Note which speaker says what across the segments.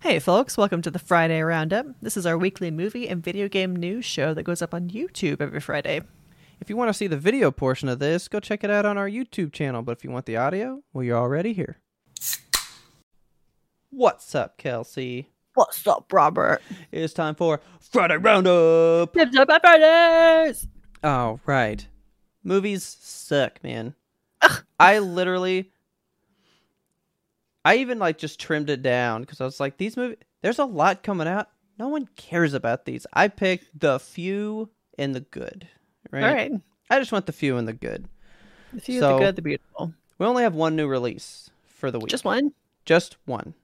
Speaker 1: Hey, folks, welcome to the Friday Roundup. This is our weekly movie and video game news show that goes up on YouTube every Friday.
Speaker 2: If you want to see the video portion of this, go check it out on our YouTube channel. But if you want the audio, well, you're already here. What's up, Kelsey?
Speaker 1: What's up, Robert?
Speaker 2: It's time for Friday Roundup.
Speaker 1: Tips up Fridays!
Speaker 2: All right. Movies suck, man. I literally, I even like just trimmed it down because I was like, these movies, there's a lot coming out. No one cares about these. I picked the few and the good. Right.
Speaker 1: All right.
Speaker 2: I just want the few and the good.
Speaker 1: The few,
Speaker 2: So-
Speaker 1: the good, the beautiful.
Speaker 2: We only have one new release for the week.
Speaker 1: Just one?
Speaker 2: Just one.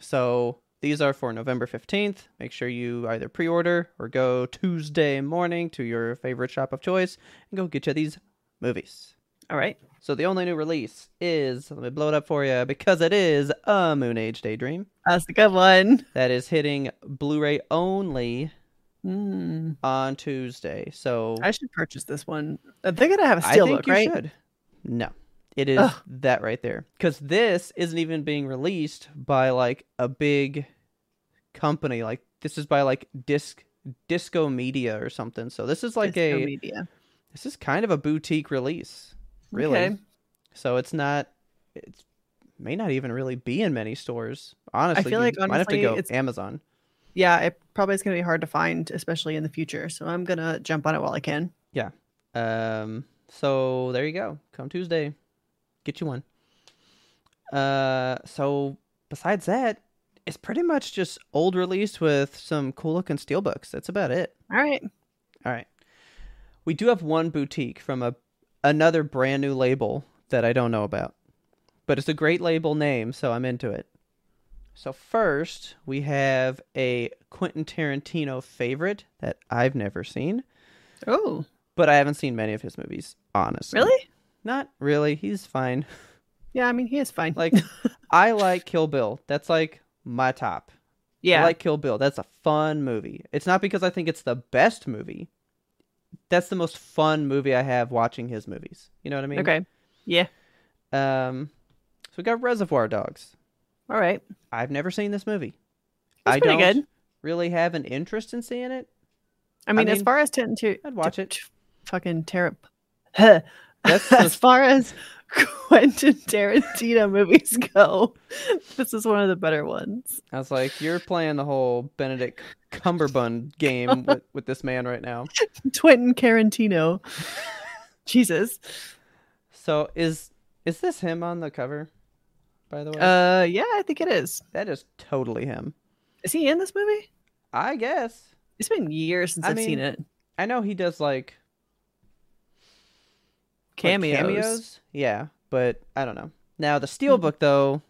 Speaker 2: So these are for November 15th. Make sure you either pre order or go Tuesday morning to your favorite shop of choice and go get you these movies.
Speaker 1: All right.
Speaker 2: So the only new release is, let me blow it up for you, because it is a Moon Age Daydream
Speaker 1: That's the good one.
Speaker 2: that is hitting Blu ray only
Speaker 1: Mm,
Speaker 2: on Tuesday. So
Speaker 1: I should purchase this one. Uh, They're going to have a
Speaker 2: I
Speaker 1: steelbook,
Speaker 2: think you
Speaker 1: right?
Speaker 2: should. No, it is
Speaker 1: Ugh.
Speaker 2: that right there. Because this isn't even being released by like a big company. Like this is by like disc disco media or something. So this is like
Speaker 1: Disco
Speaker 2: a
Speaker 1: media.
Speaker 2: this is kind of a boutique release, really.
Speaker 1: Okay.
Speaker 2: So it's not. It may not even really be in many stores. Honestly,
Speaker 1: feel
Speaker 2: you
Speaker 1: like,
Speaker 2: might have to
Speaker 1: honestly,
Speaker 2: go
Speaker 1: it's-
Speaker 2: Amazon.
Speaker 1: Yeah, it probably is going to be hard to find, especially in the future. So I'm going to jump on it while I can.
Speaker 2: Um. So there you go. Come Tuesday, get you one. Uh. So besides that, it's pretty much just old release with some cool looking steelbooks. That's about it.
Speaker 1: All right.
Speaker 2: All right. We do have one boutique from a another brand new label that I don't know about, but it's a great label name, so I'm into it. So first, we have a Quentin Tarantino favorite that I've never seen,
Speaker 1: Oh,
Speaker 2: but I haven't seen many of his movies, honestly.
Speaker 1: really?
Speaker 2: Not really. He's fine.
Speaker 1: Yeah, I mean, he is fine.
Speaker 2: Like I like Kill Bill. That's like my top.
Speaker 1: yeah.
Speaker 2: I like Kill Bill. That's a fun movie. It's not because I think it's the best movie. That's the most fun movie I have watching his movies. You know what I mean?
Speaker 1: okay. Yeah.
Speaker 2: Um so we got Reservoir Dogs.
Speaker 1: All right.
Speaker 2: I've never seen this movie.
Speaker 1: It's
Speaker 2: I
Speaker 1: pretty
Speaker 2: don't
Speaker 1: good.
Speaker 2: really have an interest in seeing it.
Speaker 1: I mean, as
Speaker 2: mean,
Speaker 1: far as Tarantino,
Speaker 2: I'd watch it.
Speaker 1: Fucking Tarant. as
Speaker 2: That's the-
Speaker 1: far as Quentin Tarantino movies go, this is one of the better ones.
Speaker 2: I was like, you're playing the whole Benedict Cumberbund game with, with this man right now.
Speaker 1: Quentin Tarantino. Jesus.
Speaker 2: So is is this him on the cover? By the way,
Speaker 1: Uh, yeah, I think it is.
Speaker 2: that is totally him.
Speaker 1: Is he in this movie?
Speaker 2: I guess.
Speaker 1: It's been years since I
Speaker 2: I
Speaker 1: have seen
Speaker 2: mean,
Speaker 1: it.
Speaker 2: I know he does like like,
Speaker 1: Cameos. Hmm.
Speaker 2: Yeah, but I don't know. Now the steelbook though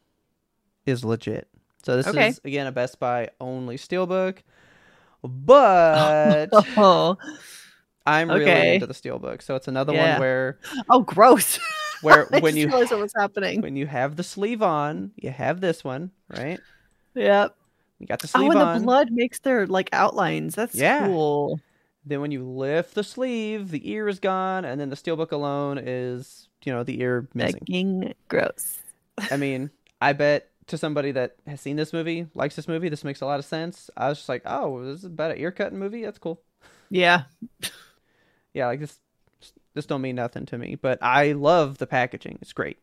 Speaker 2: is legit. So this
Speaker 1: Okay.
Speaker 2: is again a Best Buy only steelbook, but
Speaker 1: Oh,
Speaker 2: I'm really
Speaker 1: Okay.
Speaker 2: into the steelbook. So it's another
Speaker 1: Yeah.
Speaker 2: one where
Speaker 1: oh, gross!
Speaker 2: where
Speaker 1: I
Speaker 2: when
Speaker 1: just
Speaker 2: you
Speaker 1: realized what was happening.
Speaker 2: when you have the sleeve on, you have this one right.
Speaker 1: Yep.
Speaker 2: You got the sleeve
Speaker 1: Oh, and
Speaker 2: on.
Speaker 1: the blood makes their like outlines. That's
Speaker 2: Yeah.
Speaker 1: cool.
Speaker 2: Then when you lift the sleeve, the ear is gone, and then the steelbook alone is, you know, the ear missing.
Speaker 1: Fucking gross.
Speaker 2: I mean, I bet to somebody that has seen this movie, likes this movie, this makes a lot of sense. I was just like, oh, this is about an ear cutting movie. That's cool.
Speaker 1: Yeah.
Speaker 2: Yeah, like this, this don't mean nothing to me, but I love the packaging. It's great.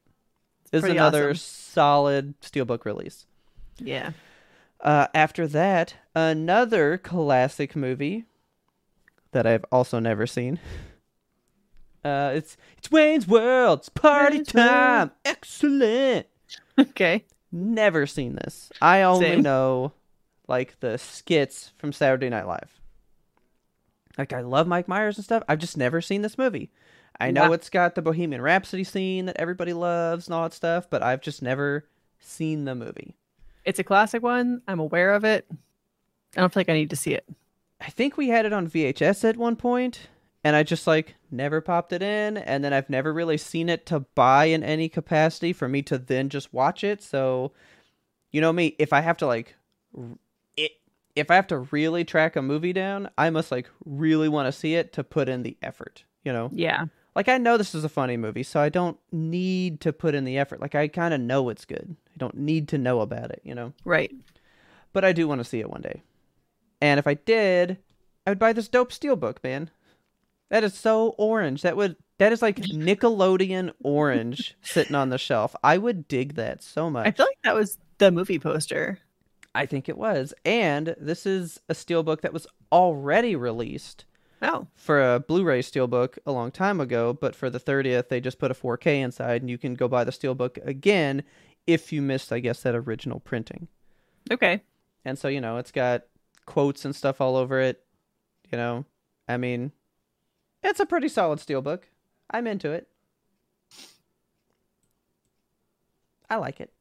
Speaker 2: This is
Speaker 1: pretty
Speaker 2: another
Speaker 1: awesome.
Speaker 2: solid steelbook release.
Speaker 1: Yeah.
Speaker 2: Uh, after that, another classic movie that I've also never seen. Uh, it's it's Wayne's World. It's party
Speaker 1: Wayne's World.
Speaker 2: time. Excellent.
Speaker 1: Okay.
Speaker 2: Never seen this. I only
Speaker 1: Same.
Speaker 2: know like the skits from Saturday Night Live. Like I love Mike Myers and stuff. I've just never seen this movie. I know
Speaker 1: Yeah.
Speaker 2: it's got the Bohemian Rhapsody scene that everybody loves and all that stuff, but I've just never seen the movie.
Speaker 1: It's a classic one. I'm aware of it. I don't feel like I need to see it.
Speaker 2: I think we had it on VHS at one point, and I just like never popped it in, and then I've never really seen it to buy in any capacity for me to then just watch it. So, you know me, if I have to like, r- it, if I have to really track a movie down, I must like really want to see it to put in the effort. You know,
Speaker 1: Yeah.
Speaker 2: like I know this is a funny movie, so I don't need to put in the effort. Like I kind of know it's good. I don't need to know about it. You know
Speaker 1: Right.
Speaker 2: but I do want to see it one day. And if I did, I would buy this dope steelbook, man. That is so orange. That would that is like Nickelodeon orange sitting on the shelf. I would dig that so much.
Speaker 1: I feel like that was the movie poster.
Speaker 2: I think it was. And this is a steelbook that was already released
Speaker 1: Oh.
Speaker 2: for a Blu-ray steelbook a long time ago, but for the 30th they just put a 4K inside and you can go buy the steelbook again if you missed I guess that original printing.
Speaker 1: Okay.
Speaker 2: And so, you know, it's got quotes and stuff all over it. You know, I mean, it's a pretty solid steelbook. I'm into it. I like it.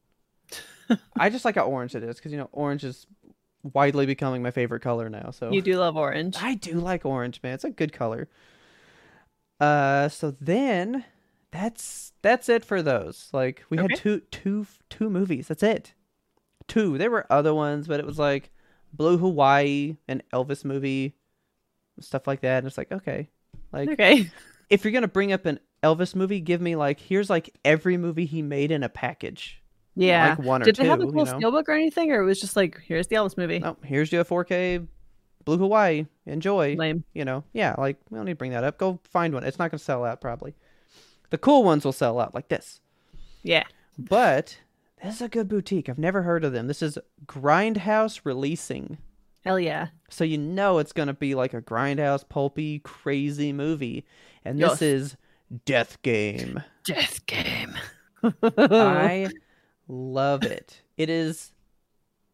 Speaker 2: I just like how orange it is because, you know, orange is widely becoming my favorite color now. So
Speaker 1: You do love orange.
Speaker 2: I do like orange, man. It's a good color. Uh, so then that's that's it for those. Like we had
Speaker 1: Okay.
Speaker 2: two two two movies. That's it. Two. There were other ones, but it was like Blue Hawaii, an Elvis movie, stuff like that. And it's like okay, like
Speaker 1: Okay.
Speaker 2: if you're gonna bring up an Elvis movie, give me like here's like every movie he made in a package.
Speaker 1: Yeah.
Speaker 2: like one or
Speaker 1: Did they have
Speaker 2: two,
Speaker 1: a
Speaker 2: you
Speaker 1: cool
Speaker 2: know?
Speaker 1: steelbook or anything, or it was just like, here's the Elvis movie?
Speaker 2: Oh, here's your 4K Blue Hawaii. Enjoy.
Speaker 1: Lame.
Speaker 2: you know, yeah, like we don't need to bring that up. Go find one. It's not going to sell out probably. The cool ones will sell out like this.
Speaker 1: Yeah.
Speaker 2: But this is a good boutique. I've never heard of them. This is Grindhouse Releasing.
Speaker 1: Hell yeah.
Speaker 2: So you know it's going to be like a Grindhouse pulpy crazy movie. And
Speaker 1: Yes.
Speaker 2: this is Death Game.
Speaker 1: Death game. Oh.
Speaker 2: I love it. It is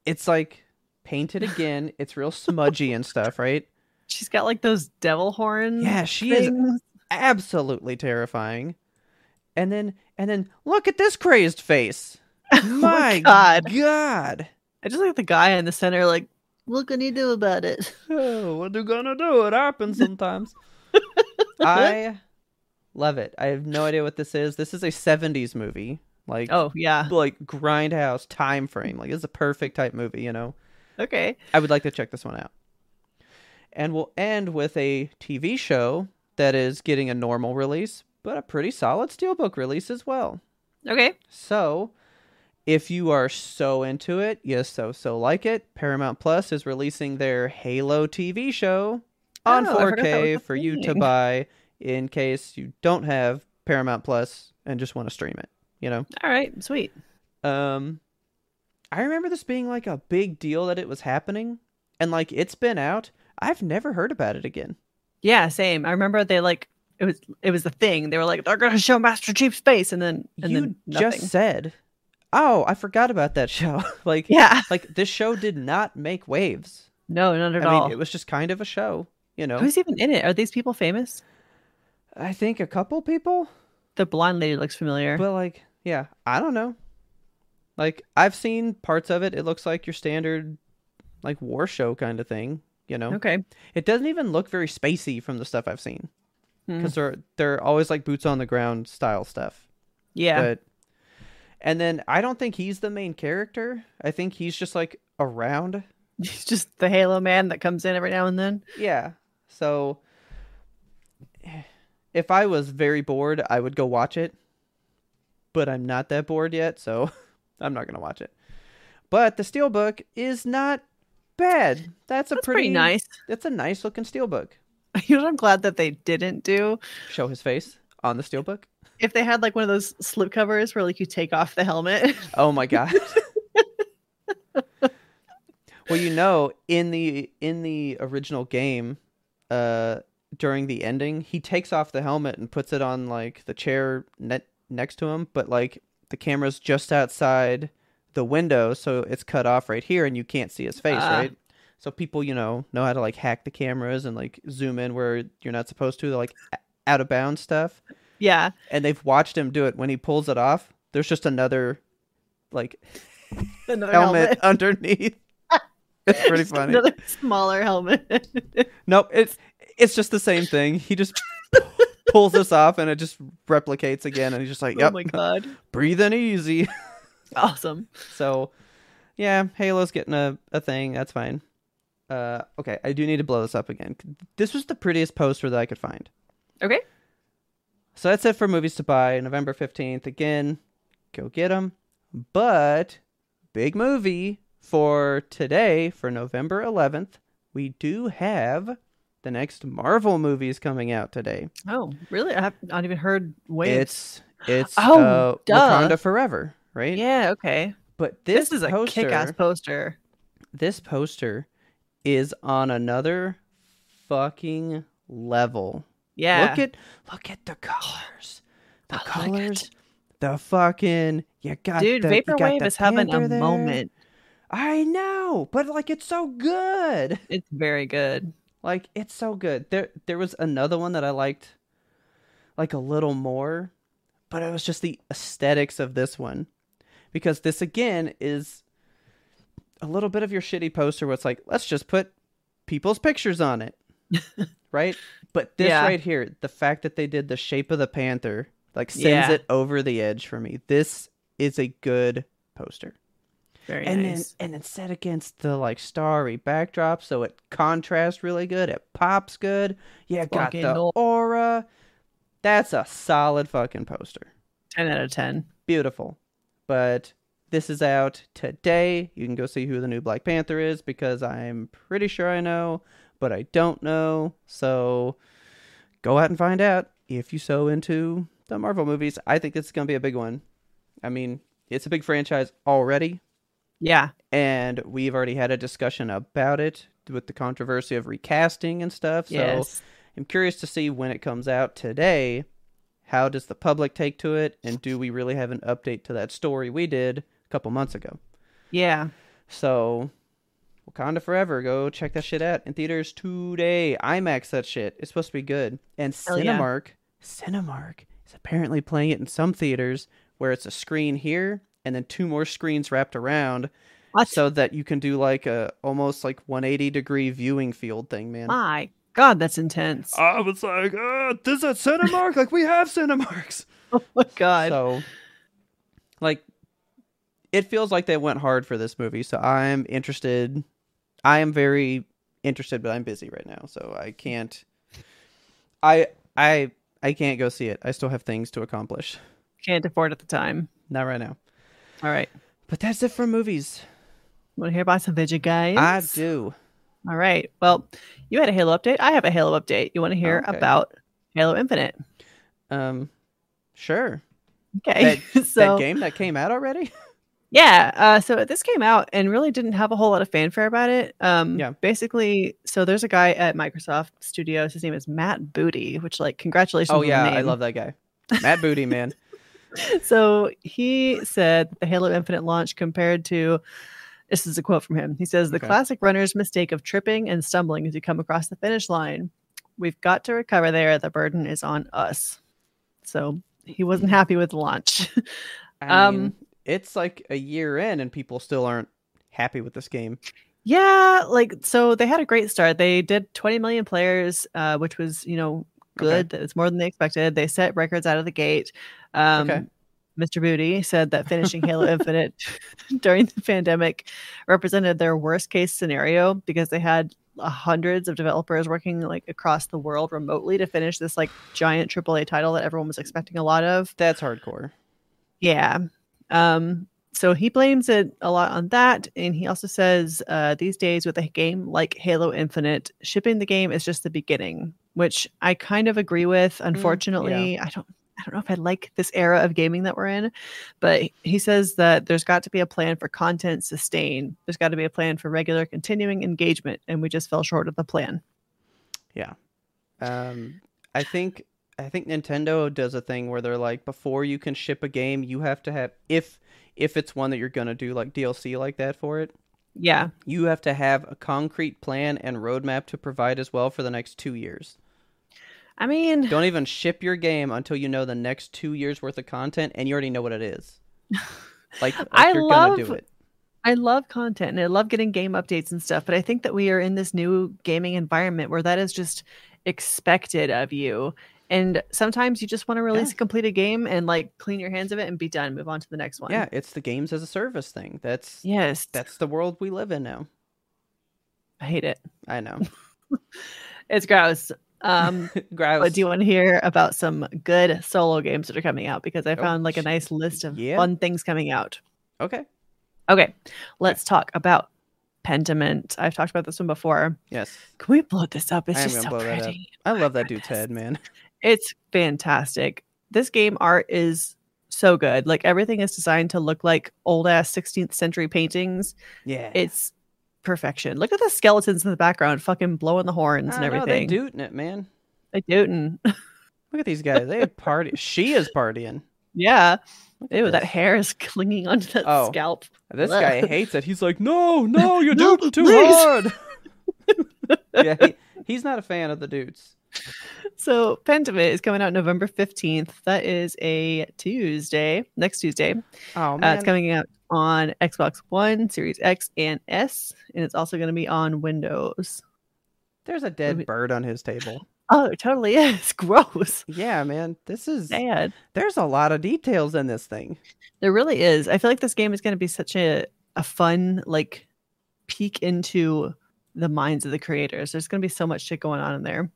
Speaker 2: it's like painted again. It's real smudgy and stuff, right?
Speaker 1: She's got like those devil horns.
Speaker 2: Yeah, she is
Speaker 1: things.
Speaker 2: absolutely terrifying. And then and then look at this crazed face. Oh My
Speaker 1: God.
Speaker 2: God.
Speaker 1: I just like the guy in the center, like, what can you do about it?
Speaker 2: Oh, what you gonna do? It happens sometimes. I love it. I have no idea what this is. This is a 70s movie. Like
Speaker 1: Oh, yeah.
Speaker 2: like grindhouse time frame. Like it's a perfect type movie, you know.
Speaker 1: Okay.
Speaker 2: I would like to check this one out. And we'll end with a TV show that is getting a normal release, but a pretty solid steelbook release as well.
Speaker 1: Okay.
Speaker 2: So, if you are so into it, you so so like it, Paramount Plus is releasing their Halo TV show on
Speaker 1: Oh, I forgot that
Speaker 2: 4K
Speaker 1: was a
Speaker 2: for you to
Speaker 1: thing.
Speaker 2: buy in case you don't have Paramount Plus and just want to stream it, you know.
Speaker 1: All right. Sweet.
Speaker 2: Um I remember this being like a big deal that it was happening and like it's been out. I've never heard about it again.
Speaker 1: Yeah, same. I remember they like it was it was the thing. They were like, they're gonna show Master Chief space and then and
Speaker 2: you
Speaker 1: then nothing.
Speaker 2: just said, "Oh, I forgot about that show." like
Speaker 1: Yeah.
Speaker 2: like this show did not make waves.
Speaker 1: No, not at
Speaker 2: I
Speaker 1: all.
Speaker 2: mean, it was just kind of a show, you know.
Speaker 1: Who's even in it? Are these people famous?
Speaker 2: I think a couple people,
Speaker 1: The blonde lady looks familiar.
Speaker 2: but like, yeah, I don't know. Like, I've seen parts of it. It looks like your standard, like, war show kind of thing, you know.
Speaker 1: okay.
Speaker 2: It doesn't even look very spacey from the stuff I've seen
Speaker 1: Hmm.
Speaker 2: because they're they're always like boots on the ground style stuff.
Speaker 1: Yeah.
Speaker 2: But and then I don't think he's the main character. I think he's just like around.
Speaker 1: He's just the Halo man that comes in every now and then.
Speaker 2: Yeah. So if I was very bored, I would go watch it. But I'm not that bored yet, so I'm not going to watch it. But the steelbook is not bad. That's a
Speaker 1: That's
Speaker 2: pretty,
Speaker 1: pretty nice.
Speaker 2: That's a nice looking steelbook.
Speaker 1: You know what I'm glad that they didn't do?
Speaker 2: Show his face on the steelbook.
Speaker 1: If they had like one of those slip covers where like you take off the helmet.
Speaker 2: Oh my god. well, you know, in the in the original game, uh during the ending, he takes off the helmet and puts it on like the chair net next to him, but like the camera's just outside the window, so it's cut off right here and you can't see his face,
Speaker 1: Ah.
Speaker 2: right? So people, you know, know how to like hack the cameras and like zoom in where you're not supposed to, like a- out of bounds stuff
Speaker 1: yeah.
Speaker 2: and they've watched him do it when he pulls it off there's just another like
Speaker 1: Another
Speaker 2: helmet, underneath. It's pretty funny.
Speaker 1: Another smaller helmet. Oh
Speaker 2: Nope, it's it's just the same thing. He just pulls this off and it just replicates again and he's just like,
Speaker 1: Oh
Speaker 2: Yep,
Speaker 1: my god.
Speaker 2: breathing easy.
Speaker 1: Awesome.
Speaker 2: So yeah, Halo's getting a, a thing, that's fine. Uh okay, I do need to blow this up again. This was the prettiest poster that I could find.
Speaker 1: Okay.
Speaker 2: So that's it for movies to buy. November 15th. Again, go get them. But big movie for today, for November 11th, we do have the next Marvel movies coming out today.
Speaker 1: Oh, really? I have not even heard waves.
Speaker 2: It's it's
Speaker 1: Oh,
Speaker 2: uh,
Speaker 1: duh.
Speaker 2: Wakanda Forever, right?
Speaker 1: yeah, okay.
Speaker 2: But
Speaker 1: This,
Speaker 2: this,
Speaker 1: is a
Speaker 2: poster,
Speaker 1: kick ass poster.
Speaker 2: This poster is on another fucking level.
Speaker 1: Yeah.
Speaker 2: Look at look at the colors.
Speaker 1: I
Speaker 2: The
Speaker 1: like it.
Speaker 2: colors. the fucking you got
Speaker 1: Dude,
Speaker 2: the, you got
Speaker 1: Vaporwave
Speaker 2: the
Speaker 1: is having
Speaker 2: Panther
Speaker 1: a
Speaker 2: there.
Speaker 1: moment.
Speaker 2: I know, but like it's so good.
Speaker 1: It's very good.
Speaker 2: Like it's so good. There there was another one that I liked like a little more, but it was just the aesthetics of this one. Because this again is a little bit of your shitty poster where it's like, let's just put people's pictures on it. right? But this
Speaker 1: Yeah.
Speaker 2: right here, the fact that they did the shape of the panther like sends
Speaker 1: Yeah.
Speaker 2: it over the edge for me. This is a good poster
Speaker 1: Very
Speaker 2: and
Speaker 1: nice.
Speaker 2: then and then set against the like starry backdrop so it contrasts really good it pops good yeah got
Speaker 1: Fucking
Speaker 2: the
Speaker 1: no-
Speaker 2: aura that's a solid fucking poster
Speaker 1: 10 out of 10.
Speaker 2: beautiful but this is out today you can go see who the new black panther is because i'm pretty sure i know but i don't know so go out and find out if you so into the marvel movies i think this is going to be a big one i mean it's a big franchise already
Speaker 1: Yeah.
Speaker 2: and we've already had a discussion about it with the controversy of recasting and stuff. So
Speaker 1: yes.
Speaker 2: I'm curious to see when it comes out today. How does the public take to it? And do we really have an update to that story we did a couple months ago?
Speaker 1: Yeah.
Speaker 2: So Wakanda Forever, go check that shit out in theaters today. IMAX that shit. It's supposed to be good. And
Speaker 1: Hell yeah.
Speaker 2: Cinemark, Cinemark is apparently playing it in some theaters where it's a screen here and then two more screens wrapped around
Speaker 1: What?
Speaker 2: so that you can do like a almost like 180 degree viewing field thing, man.
Speaker 1: My God, that's intense.
Speaker 2: I was like, uh, this is at Cinemark? like we have Cinemarks.
Speaker 1: Oh my God.
Speaker 2: So like it feels like they went hard for this movie, so I'm interested. I am very interested, but I'm busy right now, so I can't I I I can't go see it. I still have things to accomplish.
Speaker 1: Can't afford at the time.
Speaker 2: Not right now.
Speaker 1: All right.
Speaker 2: But that's it for movies.
Speaker 1: Want to hear about some video games?
Speaker 2: I do.
Speaker 1: All right. Well, you had a Halo update. I have a Halo update. You want to hear
Speaker 2: Okay.
Speaker 1: about Halo Infinite?
Speaker 2: Um sure.
Speaker 1: Okay. so
Speaker 2: that game that came out already?
Speaker 1: yeah, uh, so this came out and really didn't have a whole lot of fanfare about it. Um,
Speaker 2: Yeah.
Speaker 1: Basically, so there's a guy at Microsoft Studios. His name is Matt Booty, which like congratulations.
Speaker 2: Oh
Speaker 1: on the
Speaker 2: yeah, I
Speaker 1: name.
Speaker 2: love that guy. Matt Booty, man.
Speaker 1: so he said that the Halo Infinite launch compared to this is a quote from him. He says the
Speaker 2: Okay.
Speaker 1: classic runner's mistake of tripping and stumbling as you come across the finish line. We've got to recover there. The burden is on us. So he
Speaker 2: Hmm.
Speaker 1: wasn't happy with the launch.
Speaker 2: I
Speaker 1: Um,
Speaker 2: mean, it's like a year in and people still aren't happy with this game.
Speaker 1: yeah, like so they had a great start. They did 20 million players, uh, which was you know
Speaker 2: Okay.
Speaker 1: good. It's more than they expected. They set records out of the gate. Um,
Speaker 2: Okay.
Speaker 1: Mr. Booty said that finishing Halo Infinite during the pandemic represented their worst case scenario because they had uh, hundreds of developers working like across the world remotely to finish this like giant AAA title that everyone was expecting a lot of.
Speaker 2: That's hardcore.
Speaker 1: Yeah. Um, so he blames it a lot on that. And he also says uh, these days, with a game like Halo Infinite, shipping the game is just the beginning, which I kind of agree with. Unfortunately, I don't. I don't know if I like this era of gaming that we're in, but he says that there's got to be a plan for content sustain. There's got to be a plan for regular continuing engagement, and we just fell short of the plan.
Speaker 2: Um, I think I think Nintendo does a thing where they're like, before you can ship a game, you have to have if if it's one that you're gonna do like DLC like that for it,
Speaker 1: Yeah,
Speaker 2: you have to have a concrete plan and roadmap to provide as well for the next two years.
Speaker 1: I mean,
Speaker 2: Don't even ship your game until you know the next two years worth of content and you already know what it is. Like, like
Speaker 1: I
Speaker 2: you're
Speaker 1: love
Speaker 2: gonna do it.
Speaker 1: I love content and I love getting game updates and stuff, but I think that we are in this new gaming environment where that is just expected of you. And sometimes you just want to release
Speaker 2: Yeah.
Speaker 1: a completed game and like clean your hands of it and be done, move on to the next one.
Speaker 2: Yeah, it's the games as a service thing. That's
Speaker 1: Yes.
Speaker 2: that's the world we live in now.
Speaker 1: I hate it.
Speaker 2: I know.
Speaker 1: It's gross. Um,
Speaker 2: Grouse.
Speaker 1: but do you want to hear about some good solo games that are coming out? Because I
Speaker 2: Oh,
Speaker 1: found like a
Speaker 2: sh-
Speaker 1: nice list of
Speaker 2: yeah.
Speaker 1: fun things coming out.
Speaker 2: Okay.
Speaker 1: Okay, let's talk about Pentiment. I've talked about this one before.
Speaker 2: Yes.
Speaker 1: Can we blow this up? It's
Speaker 2: I am
Speaker 1: just so
Speaker 2: gonna blow that up.
Speaker 1: pretty.
Speaker 2: I love that dude's
Speaker 1: goodness.
Speaker 2: head, man.
Speaker 1: It's fantastic. This game art is so good. Like everything is designed to look like old ass 16th century paintings.
Speaker 2: Yeah.
Speaker 1: It's perfection. Look at the skeletons in the background, fucking blowing the horns and
Speaker 2: I don't know,
Speaker 1: everything.
Speaker 2: they dootin' it, man.
Speaker 1: They do.
Speaker 2: Look at these guys. They party. she is partying.
Speaker 1: yeah.
Speaker 2: Look at
Speaker 1: Ew, that
Speaker 2: this.
Speaker 1: hair is clinging onto that
Speaker 2: Oh.
Speaker 1: scalp.
Speaker 2: This guy hates it. He's like, no, no, you're
Speaker 1: No,
Speaker 2: doing too
Speaker 1: please."
Speaker 2: hard. yeah, he, he's not a fan of the dudes.
Speaker 1: So Pentiment is coming out November 15th. That is a Tuesday, next Tuesday.
Speaker 2: Oh
Speaker 1: Uh, it's coming out on Xbox One, Series X, and S, and it's also going to be on Windows.
Speaker 2: There's a dead
Speaker 1: Wait.
Speaker 2: bird on his table.
Speaker 1: Oh, it totally is gross.
Speaker 2: Yeah, man. This is
Speaker 1: Sad.
Speaker 2: there's a lot of details in this thing.
Speaker 1: There really is. I feel like this game is going to be such a a fun like peek into the minds of the creators. There's going to be so much shit going on in there.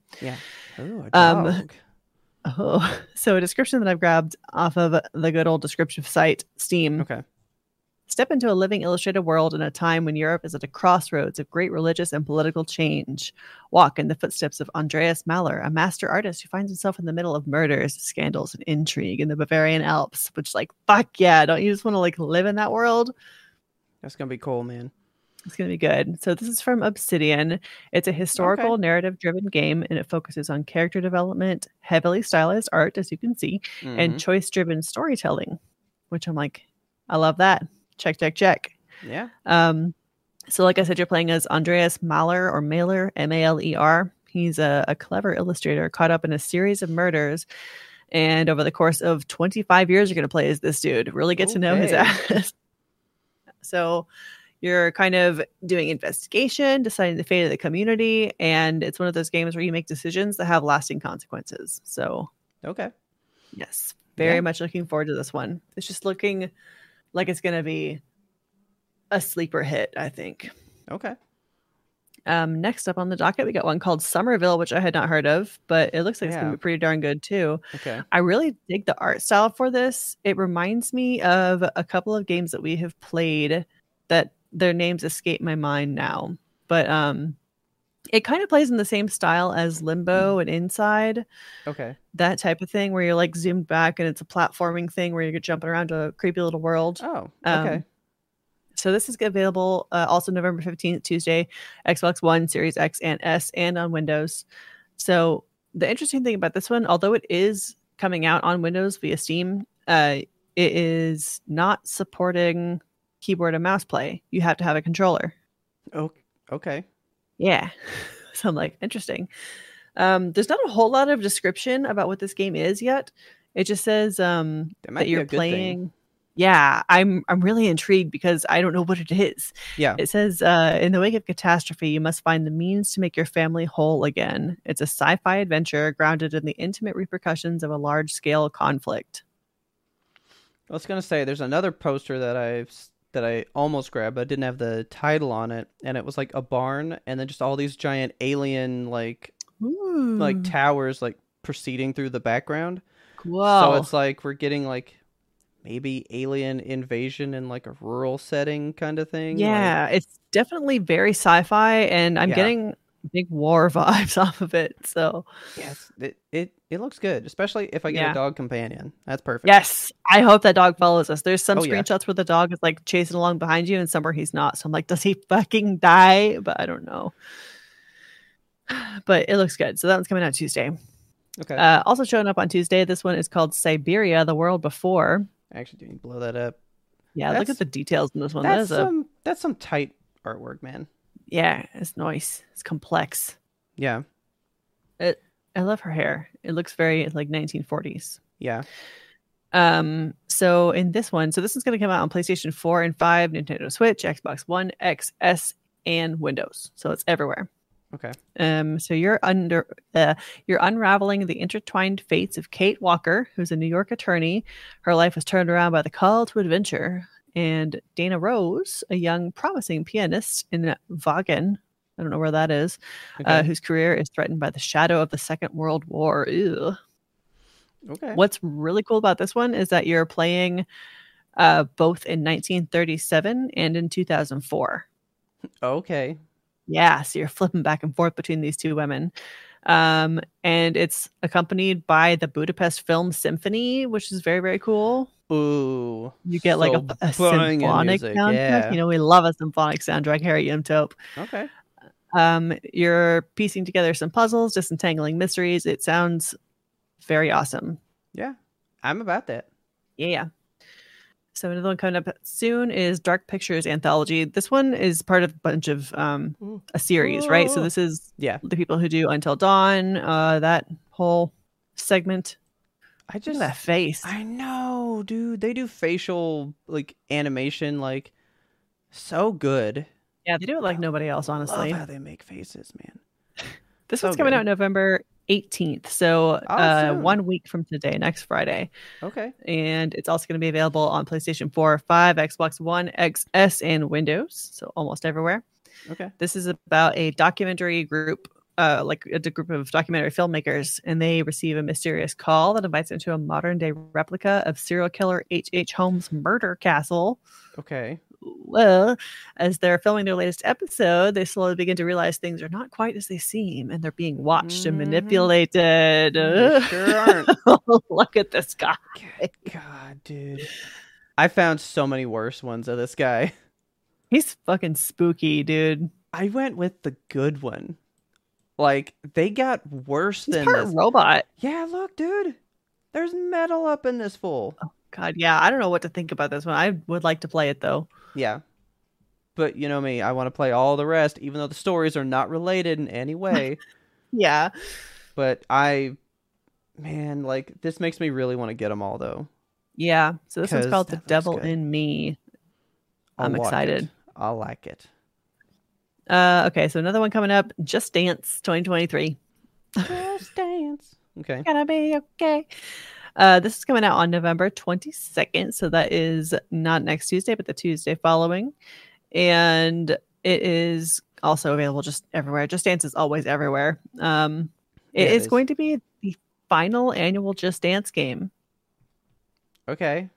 Speaker 2: Ooh, a
Speaker 1: Um,
Speaker 2: dog.
Speaker 1: Oh, so a description that I've grabbed off of the good old descriptive site Steam.
Speaker 2: okay.
Speaker 1: Step into a living illustrated world in a time when Europe is at a crossroads of great religious and political change. Walk in the footsteps of Andreas Mahler, a master artist who finds himself in the middle of murders, scandals, and intrigue in the Bavarian Alps. Which, like, fuck yeah! Don't you just want to like live in that world?
Speaker 2: That's gonna be cool, man.
Speaker 1: It's going to be good. So, this is from Obsidian. It's a historical narrative driven game and it focuses on character development, heavily stylized art, as you can see, and
Speaker 2: Mhm.
Speaker 1: choice driven storytelling, which I'm like, I love that. Check, check, check.
Speaker 2: yeah,
Speaker 1: Um, so, like I said, you're playing as Andreas Mahler or Mahler, M A L E R. He's a, a clever illustrator caught up in a series of murders. And over the course of 25 years, you're going to play as this dude. Really get to know his
Speaker 2: Okay.
Speaker 1: ass. so, you're kind of doing investigation, deciding the fate of the community. And it's one of those games where you make decisions that have lasting consequences. So,
Speaker 2: okay.
Speaker 1: Yes. Very
Speaker 2: Yeah.
Speaker 1: much looking forward to this one. It's just looking like it's going to be a sleeper hit, I think.
Speaker 2: Okay.
Speaker 1: Um, next up on the docket, we got one called Somerville, which I had not heard of, but it looks like it's going
Speaker 2: Yeah.
Speaker 1: to be pretty darn good too.
Speaker 2: Okay.
Speaker 1: I really dig the art style for this. It reminds me of a couple of games that we have played that their names escape my mind now. But um it kind of plays in the same style as Limbo and Inside
Speaker 2: Okay.
Speaker 1: that type of thing where you're like zoomed back and it's a platforming thing where you're jumping around to a creepy little world.
Speaker 2: Oh,
Speaker 1: Um,
Speaker 2: okay.
Speaker 1: So this is available uh, also November 15th, Tuesday, Xbox One, Series X and S and on Windows. So the interesting thing about this one, although it is coming out on Windows via Steam, uh, it is not supporting keyboard and mouse play. You have to have a controller.
Speaker 2: Oh, okay.
Speaker 1: Yeah. so I'm like, interesting. Um, there's not a whole lot of description about what this game is yet. It just says um,
Speaker 2: That might
Speaker 1: that
Speaker 2: be a
Speaker 1: you're
Speaker 2: good thing.
Speaker 1: playing. Yeah, I'm I'm really intrigued because I don't know what it is.
Speaker 2: Yeah.
Speaker 1: It says uh, in the wake of catastrophe, you must find the means to make your family whole again. It's a sci-fi adventure grounded in the intimate repercussions of a large-scale conflict.
Speaker 2: I was gonna say there's another poster that I that I almost grabbed, but I didn't have the title on it, and it was like a barn, and then just all these giant alien like
Speaker 1: Ooh,
Speaker 2: like towers like proceeding through the background.
Speaker 1: whoa,
Speaker 2: So it's like we're getting like maybe alien invasion in like a rural setting kind of thing. like-
Speaker 1: yeah, it's definitely very sci-fi, and I'm
Speaker 2: Yeah.
Speaker 1: getting big war vibes off of it. So
Speaker 2: yes. It, it it looks good, especially if I get
Speaker 1: Yeah.
Speaker 2: a dog companion. That's perfect.
Speaker 1: Yes, I hope that dog follows us. There's some
Speaker 2: Oh, yeah.
Speaker 1: screenshots where the dog is like chasing along behind you, and some where he's not. So I'm like, does he fucking die? But I don't know. But it looks good. So that one's coming out Tuesday.
Speaker 2: Okay.
Speaker 1: Uh, also showing up on Tuesday, this one is called Siberia: The World Before.
Speaker 2: I actually do need to blow that up.
Speaker 1: Yeah, look at
Speaker 2: That's-
Speaker 1: the details in this one. That is
Speaker 2: that's
Speaker 1: a
Speaker 2: some that's some tight artwork, man.
Speaker 1: yeah, it's nice. It's complex.
Speaker 2: Yeah.
Speaker 1: I love her hair. It looks very like 1940s.
Speaker 2: Yeah.
Speaker 1: Um, so in this one, so this is going to come out on PlayStation 4 and 5, Nintendo Switch, Xbox One, XS, and Windows. So it's everywhere.
Speaker 2: Okay.
Speaker 1: Um, so you're under uh, you're unraveling the intertwined fates of Kate Walker, who's a New York attorney. Her life was turned around by the call to adventure, and Dana Rose, a young promising pianist in Wagen. I don't know where that is,
Speaker 2: Okay.
Speaker 1: uh, whose career is threatened by the shadow of the Second World War. Ew.
Speaker 2: okay.
Speaker 1: What's really cool about this one is that you're playing uh, both in 1937 and in 2004.
Speaker 2: Okay.
Speaker 1: Yeah, so you're flipping back and forth between these two women. Um, and it's accompanied by the Budapest Film Symphony, which is very, very cool.
Speaker 2: Ooh.
Speaker 1: You get like a,
Speaker 2: so
Speaker 1: a
Speaker 2: banging
Speaker 1: symphonic
Speaker 2: music,
Speaker 1: soundtrack.
Speaker 2: Yeah.
Speaker 1: You know, we love a symphonic soundtrack, Harry Yumtope.
Speaker 2: okay.
Speaker 1: Um, you're piecing together some puzzles, disentangling mysteries. It sounds very awesome.
Speaker 2: Yeah. I'm about that.
Speaker 1: Yeah. So another one coming up soon is Dark Pictures Anthology. This one is part of a bunch of um
Speaker 2: Ooh.
Speaker 1: a series, right? So
Speaker 2: Ooh.
Speaker 1: this is
Speaker 2: Yeah.
Speaker 1: the people who do Until Dawn, uh that whole segment.
Speaker 2: I
Speaker 1: Just
Speaker 2: just
Speaker 1: that face.
Speaker 2: I know, dude. They do facial like animation like so good.
Speaker 1: yeah, they do it like nobody else,
Speaker 2: Love
Speaker 1: honestly.
Speaker 2: how they make faces, man.
Speaker 1: This
Speaker 2: so
Speaker 1: one's coming
Speaker 2: good.
Speaker 1: out November 18th. So uh
Speaker 2: Awesome.
Speaker 1: one week from today, next Friday.
Speaker 2: Okay.
Speaker 1: And it's also going to be available on PlayStation 4, 5, Xbox One, XS, and Windows. So almost everywhere.
Speaker 2: Okay.
Speaker 1: This is about a documentary group, uh, like a d- group of documentary filmmakers, and they receive a mysterious call that invites them to a modern day replica of serial killer H.H. H. Holmes' murder castle.
Speaker 2: Okay.
Speaker 1: Well, as they're filming their latest episode, they slowly begin to realize things are not quite as they seem, and they're being watched and
Speaker 2: Mhm.
Speaker 1: manipulated.
Speaker 2: They sure aren't.
Speaker 1: Look at this guy.
Speaker 2: God, dude. I found so many worse ones of this guy.
Speaker 1: He's fucking spooky, dude.
Speaker 2: I went with the good one. Like they got worse
Speaker 1: He's
Speaker 2: than
Speaker 1: part
Speaker 2: this.
Speaker 1: robot.
Speaker 2: Yeah, look, dude. There's metal up in this fool.
Speaker 1: God, yeah, I don't know what to think about this one. I would like to play it though.
Speaker 2: Yeah. But you know me, I want to play all the rest, even though the stories are not related in any way.
Speaker 1: Yeah.
Speaker 2: but I, man, like this makes me really want to get them all though.
Speaker 1: Yeah. So this one's
Speaker 2: 'Cause
Speaker 1: called
Speaker 2: that
Speaker 1: The
Speaker 2: looks
Speaker 1: Devil
Speaker 2: good.
Speaker 1: in Me.
Speaker 2: i
Speaker 1: I'm excited.
Speaker 2: I like it.
Speaker 1: Uh, okay. So another one coming up Just Dance 2023.
Speaker 2: Just dance. Okay.
Speaker 1: Gonna be okay. Uh, this is coming out on November 22nd. So that is not next Tuesday, but the Tuesday following. And it is also available just everywhere. Just Dance is always everywhere. Um,
Speaker 2: Yeah,
Speaker 1: it
Speaker 2: it
Speaker 1: is
Speaker 2: is.
Speaker 1: going to be the final annual Just Dance game.
Speaker 2: Okay.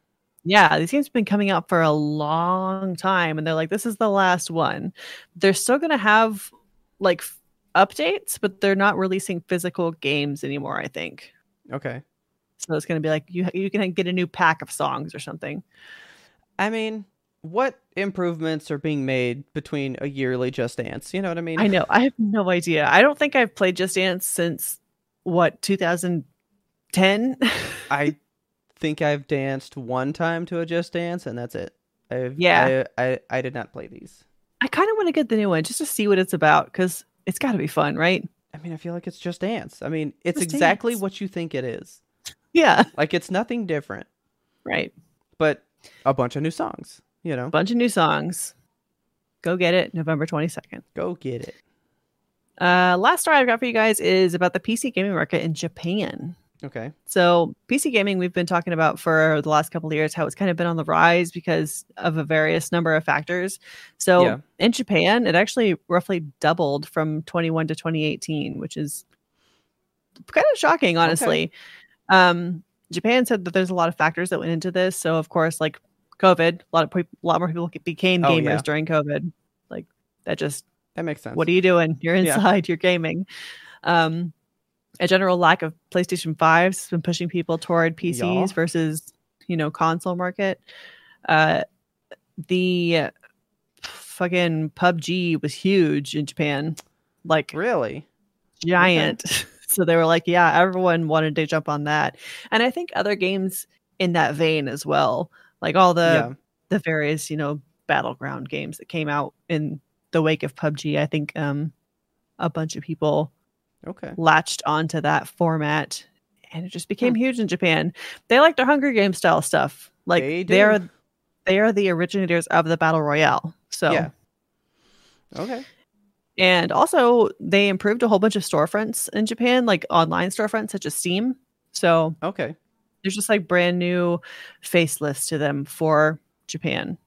Speaker 1: Yeah, these games have been coming out for a long time, and they're like, this is the last one. They're still going to have like f- updates, but they're not releasing physical games anymore. I think
Speaker 2: Okay.
Speaker 1: so. It's going to be like you you can get a new pack of songs or something.
Speaker 2: I mean, what improvements are being made between a yearly Just Dance? You know what I mean?
Speaker 1: I know. I have no idea. I don't think I've played Just Dance since what 2010.
Speaker 2: I think I've danced one time to a Just Dance, and that's it. I've,
Speaker 1: Yeah.
Speaker 2: I, I, I did not play these.
Speaker 1: I kind of want to get the new one just to see what it's about because it's got to be fun, right?
Speaker 2: I mean, I feel like it's Just Dance. I mean, it's
Speaker 1: Just
Speaker 2: exactly
Speaker 1: Dance.
Speaker 2: what you think it is.
Speaker 1: Yeah,
Speaker 2: Like it's nothing different,
Speaker 1: right.
Speaker 2: but a bunch of new songs. You know,
Speaker 1: Bunch of new songs. Go get it, November 22nd.
Speaker 2: go get it.
Speaker 1: Uh, last story I've got for you guys is about the PC gaming market in Japan.
Speaker 2: Okay.
Speaker 1: So, PC gaming, we've been talking about for the last couple of years how it's kind of been on the rise because of a various number of factors. So,
Speaker 2: Yeah.
Speaker 1: in Japan, it actually roughly doubled from 21 to 2018, which is kind of shocking, honestly. Um, Japan said that there's a lot of factors that went into this. So, of course, like COVID, a lot of peop a lot more people became
Speaker 2: Oh,
Speaker 1: gamers
Speaker 2: yeah.
Speaker 1: during COVID. Like that just
Speaker 2: That makes sense.
Speaker 1: what are you doing? You're
Speaker 2: Yeah.
Speaker 1: inside, you're gaming. Um, a general lack of PlayStation 5s has been pushing people toward PCs
Speaker 2: Yeah.
Speaker 1: versus, you know, console market. Uh, the fucking PUBG was huge in Japan, like
Speaker 2: Really?
Speaker 1: giant. so they were like, yeah, everyone wanted to jump on that. And I think other games in that vein as well, like all the
Speaker 2: yeah.
Speaker 1: the various you know battleground games that came out in the wake of PUBG. I think um, a bunch of people
Speaker 2: Okay.
Speaker 1: latched onto that format and it just
Speaker 2: Hmm.
Speaker 1: became huge in Japan. They like their Hunger Game style stuff. Like
Speaker 2: They
Speaker 1: they,
Speaker 2: do.
Speaker 1: are they are the originators of the battle royale. So
Speaker 2: Yeah. Okay.
Speaker 1: and also they improved a whole bunch of storefronts in Japan, like online storefronts such as Steam. So
Speaker 2: Okay.
Speaker 1: there's just like brand new faceless to them for Japan.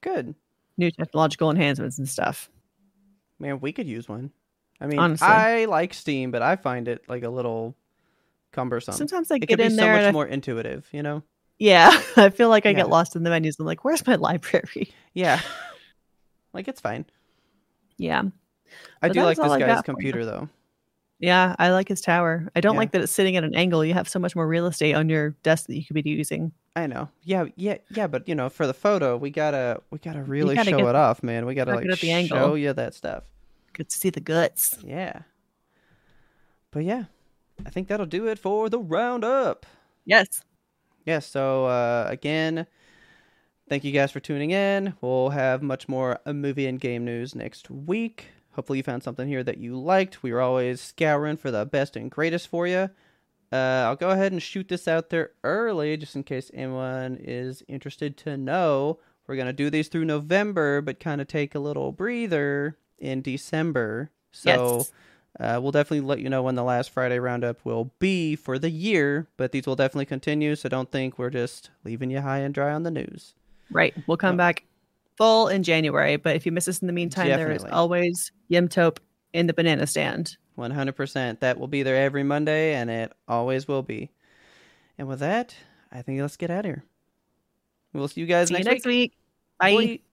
Speaker 2: Good.
Speaker 1: New technological enhancements and stuff.
Speaker 2: Man, we could use one. I mean,
Speaker 1: Honestly.
Speaker 2: I like Steam, but I find it like a little cumbersome.
Speaker 1: Sometimes I
Speaker 2: it
Speaker 1: get
Speaker 2: could be
Speaker 1: in
Speaker 2: so
Speaker 1: there
Speaker 2: much
Speaker 1: and I,
Speaker 2: more intuitive, you know?
Speaker 1: yeah, I feel like I
Speaker 2: Yeah.
Speaker 1: get lost in the menus. I'm like, where's my library?
Speaker 2: Yeah. like it's fine.
Speaker 1: Yeah.
Speaker 2: I
Speaker 1: But
Speaker 2: do
Speaker 1: that
Speaker 2: like
Speaker 1: is
Speaker 2: this
Speaker 1: all I
Speaker 2: guy's
Speaker 1: got for you.
Speaker 2: computer though.
Speaker 1: Yeah, I like his tower. I don't
Speaker 2: Yeah.
Speaker 1: like that it's sitting at an angle. You have so much more real estate on your desk that you could be using.
Speaker 2: I know. Yeah, yeah, yeah, but you know, for the photo, we got to we got to really
Speaker 1: gotta
Speaker 2: show
Speaker 1: get-
Speaker 2: it off, man. We got to
Speaker 1: gotta
Speaker 2: like
Speaker 1: get at the
Speaker 2: show
Speaker 1: angle.
Speaker 2: you that stuff.
Speaker 1: Good to see the guts.
Speaker 2: Yeah. But yeah, I think that'll do it for the roundup.
Speaker 1: Yes.
Speaker 2: yeah so uh, again thank you guys for tuning in we'll have much more uh, movie and game news next week hopefully you found something here that you liked we were always scouring for the best and greatest for you uh, i'll go ahead and shoot this out there early just in case anyone is interested to know we're going to do these through november but kind of take a little breather in december so
Speaker 1: Yes.
Speaker 2: uh, we'll definitely let you know when the last Friday roundup will be for the year, but these will definitely continue. So don't think we're just leaving you high and dry on the news.
Speaker 1: Right. We'll come back full in January, but if you miss us in the meantime, there
Speaker 2: Definitely.
Speaker 1: is always Yemtope in the banana stand.
Speaker 2: 100%. That will be there every Monday, and it always will be. And with that, I think let's get out of here. We'll see you guys
Speaker 1: See
Speaker 2: next,
Speaker 1: you next
Speaker 2: week.
Speaker 1: week. Bye.
Speaker 2: Bye.